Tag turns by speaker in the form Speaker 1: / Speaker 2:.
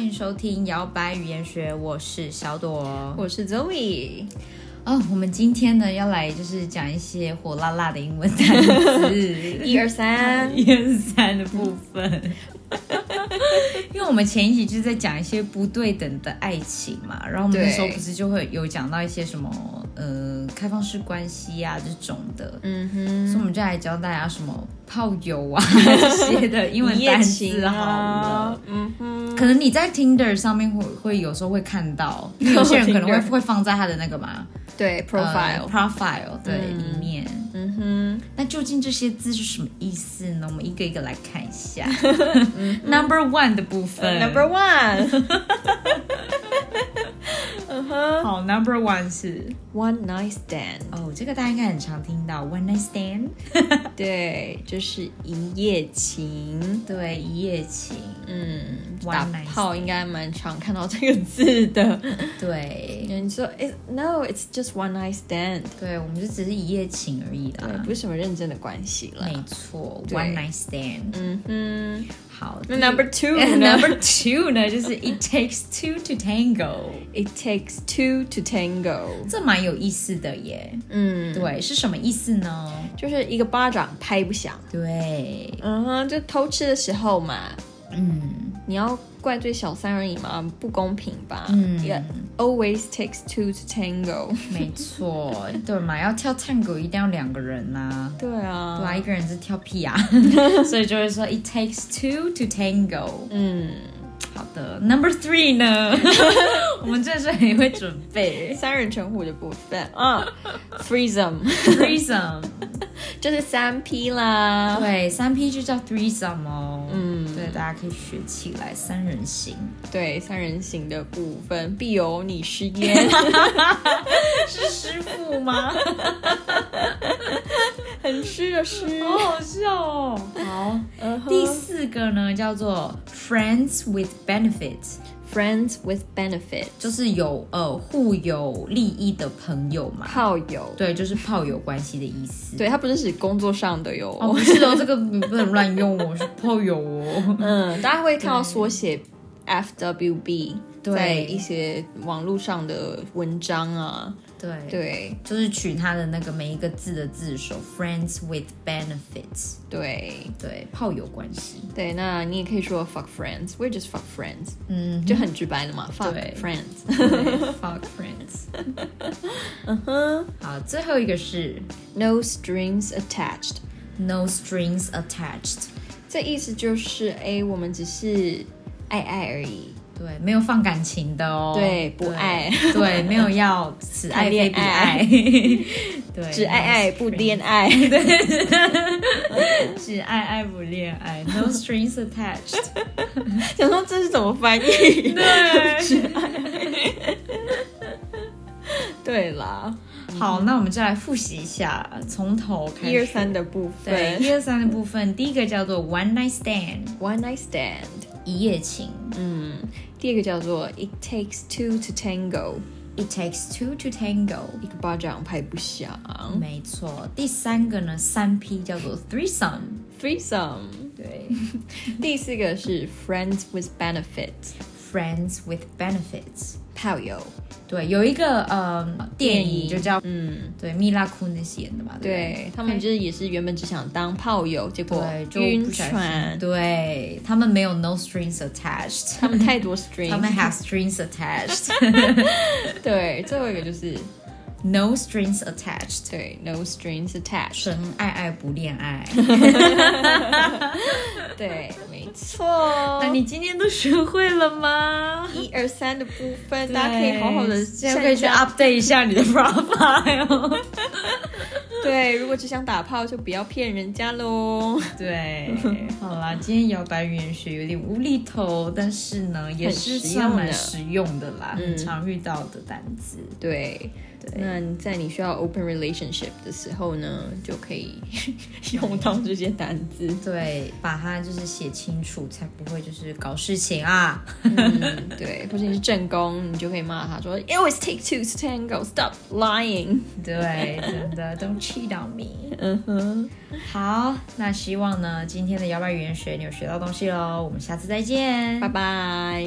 Speaker 1: 迎收听摇摆语言学，我是小朵。
Speaker 2: 我是 Zoe，
Speaker 1: 哦，我们今天呢要来就是讲一些火辣辣的英文单 词，
Speaker 2: 一二三，
Speaker 1: 一二三的部分。 因为我们前一集就是在讲一些不对等的爱情嘛，然后我们那时候
Speaker 2: 对
Speaker 1: 不是就会有讲到一些什么呃开放式关系啊这种的，
Speaker 2: 嗯
Speaker 1: 所以
Speaker 2: 哼，
Speaker 1: 我们就来教大家什么炮友啊这些的英文
Speaker 2: 一夜
Speaker 1: 单
Speaker 2: 情
Speaker 1: 词好了。
Speaker 2: 啊，嗯哼，
Speaker 1: 可能你在 Tinder 上面会会有时候会看到，因为有些人 可能会
Speaker 2: Tinder
Speaker 1: 会放在他的那个嘛
Speaker 2: 对
Speaker 1: 呃
Speaker 2: ，profile，
Speaker 1: profile 对、
Speaker 2: 嗯
Speaker 1: 里面。
Speaker 2: 嗯
Speaker 1: 那究竟这些字是什么意思呢？我们一个一个来看一下。Number one 的部
Speaker 2: 哼
Speaker 1: 分
Speaker 2: 嗯 Uh, ，Number One，嗯哼
Speaker 1: 好，Number one 是
Speaker 2: ，One Night Stand，
Speaker 1: 哦，这个大家应该很常听到 one night stand，
Speaker 2: 对，就是一夜情，
Speaker 1: 对，一夜情，
Speaker 2: 嗯，
Speaker 1: One
Speaker 2: 打
Speaker 1: night
Speaker 2: 炮应该蛮常看到这个字的，
Speaker 1: 对
Speaker 2: 你说，It no，it's just one night stand，
Speaker 1: 对，我们就只是一夜情而已
Speaker 2: 对，
Speaker 1: 啦
Speaker 2: 不。是什么认真的关系了，
Speaker 1: 没错
Speaker 2: 对
Speaker 1: ，one night stand。
Speaker 2: 嗯哼，
Speaker 1: 好，
Speaker 2: 那
Speaker 1: 第
Speaker 2: Number Two 呢
Speaker 1: number two 呢，就是 it takes two to tango。
Speaker 2: ？It takes two to tango。
Speaker 1: 这蛮有意思的耶。
Speaker 2: 嗯，
Speaker 1: 对，是什么意思呢？
Speaker 2: 就是一个巴掌拍不响。
Speaker 1: 对，
Speaker 2: 嗯哼，就偷吃的时候嘛，
Speaker 1: 嗯
Speaker 2: 你要怪罪小三而已嘛，不公平吧？
Speaker 1: 嗯
Speaker 2: It always takes two to tango。
Speaker 1: 没错，对嘛？要跳探戈一定要两个人呐、
Speaker 2: 对啊，
Speaker 1: 对啊，一个人是跳屁 啊，所以就会说 it takes two to tango。
Speaker 2: 嗯，
Speaker 1: 好的，number three 呢，我们真的是很会准备。
Speaker 2: 三人成虎的部分啊 t h r e e s o m e
Speaker 1: threesome，
Speaker 2: 就是三 P 啦。
Speaker 1: 对，三 P 就叫 threesome 哦。
Speaker 2: 嗯，
Speaker 1: 对，大家可以学起来，三人行。
Speaker 2: 对，三人行的部分必有你师 焉，
Speaker 1: 是师傅吗？
Speaker 2: 很湿的湿。
Speaker 1: 好好笑哦。好。
Speaker 2: 嗯哼
Speaker 1: 第四个呢叫做 friends with benefit，
Speaker 2: friends with benefit，
Speaker 1: 就是有呃互有利益的朋友嘛。
Speaker 2: 炮友。
Speaker 1: 对，就是炮友关系的意思。
Speaker 2: 对，它不是指工作上的哟。
Speaker 1: 哦，不是哦，这个你不能乱用哦，是炮友哦。
Speaker 2: 嗯，大家会看到缩写 FWB
Speaker 1: 对
Speaker 2: 在一些网络上的文章啊，
Speaker 1: 对，
Speaker 2: 对
Speaker 1: 就是取它的那个每一个字的字首，friends with benefits。
Speaker 2: 对
Speaker 1: 对，炮友关 系。
Speaker 2: 对，那你也可以说 fuck friends，we're just fuck friends，
Speaker 1: 嗯，
Speaker 2: 就很直白了嘛，fuck
Speaker 1: 对
Speaker 2: friends。
Speaker 1: fuck friends。好，
Speaker 2: 嗯
Speaker 1: 最后一个是
Speaker 2: No strings attached，
Speaker 1: no strings attached。
Speaker 2: 这意思就是哎，我们只是爱爱而已，
Speaker 1: 对，没有放感情的哦。
Speaker 2: 对不爱
Speaker 1: 对，对，没有要 此爱非彼爱。
Speaker 2: 谈
Speaker 1: 对，
Speaker 2: 只爱爱不恋爱。
Speaker 1: 爱，只爱爱不恋爱，no strings attached。
Speaker 2: 想说这是怎么翻 译？
Speaker 1: 对，
Speaker 2: 对啦，
Speaker 1: 好，那我们就来复习一下，从头开始。
Speaker 2: 一二三。的部
Speaker 1: 对，
Speaker 2: 分
Speaker 1: 一二三的部分，第一个叫做 one night stand，
Speaker 2: ，one night stand。
Speaker 1: 一夜情。
Speaker 2: 嗯，第二个叫做 It takes two to tango，
Speaker 1: It takes two to tango。
Speaker 2: 一个巴掌拍不响。
Speaker 1: 没错，第三个呢，三 P 叫做 threesome。
Speaker 2: Threesome，
Speaker 1: 对
Speaker 2: 第四个是 Friends with benefit，
Speaker 1: ，friends with benefits。
Speaker 2: 炮友。
Speaker 1: 对，有一个呃电影就叫
Speaker 2: 嗯，
Speaker 1: 对米拉库那演的嘛，对
Speaker 2: 对他们就是也是原本只想当炮友，结
Speaker 1: 不
Speaker 2: 果
Speaker 1: 对，对就
Speaker 2: 晕
Speaker 1: 不小心
Speaker 2: 船，
Speaker 1: 对他们没有 no strings attached，
Speaker 2: 他们太多 string。
Speaker 1: 他们 have strings attached，
Speaker 2: 对，最后一个就是
Speaker 1: no strings attached，
Speaker 2: 对 no strings attached。
Speaker 1: 纯爱爱不恋爱。
Speaker 2: 对，没 错。
Speaker 1: 那你今天都学会了吗？
Speaker 2: 一二三的部分，大家可以好好的
Speaker 1: 对现在可以去 update 一下你的 profile。
Speaker 2: 对，如果只想打炮，就不要骗人家喽。
Speaker 1: 对，好啦，今天摇摆语言学有点无厘头，但是呢，也是算蛮实用嗯的啦，很常遇到的单词。
Speaker 2: 对，那你在你需要 open relationship 的时候呢，就可以 用到这些单字。
Speaker 1: 对，把它就是写清楚，才不会就是搞事情啊。
Speaker 2: 嗯，对，或者你是正宫，你就可以骂他说，It always take two to tango, stop lying。
Speaker 1: 对，真的，Don't cheat on me。
Speaker 2: 嗯哼，
Speaker 1: 好，那希
Speaker 2: 嗯
Speaker 1: 望呢今天的摇摆语言学你有学到东西喽，我们下次再见，
Speaker 2: 拜拜。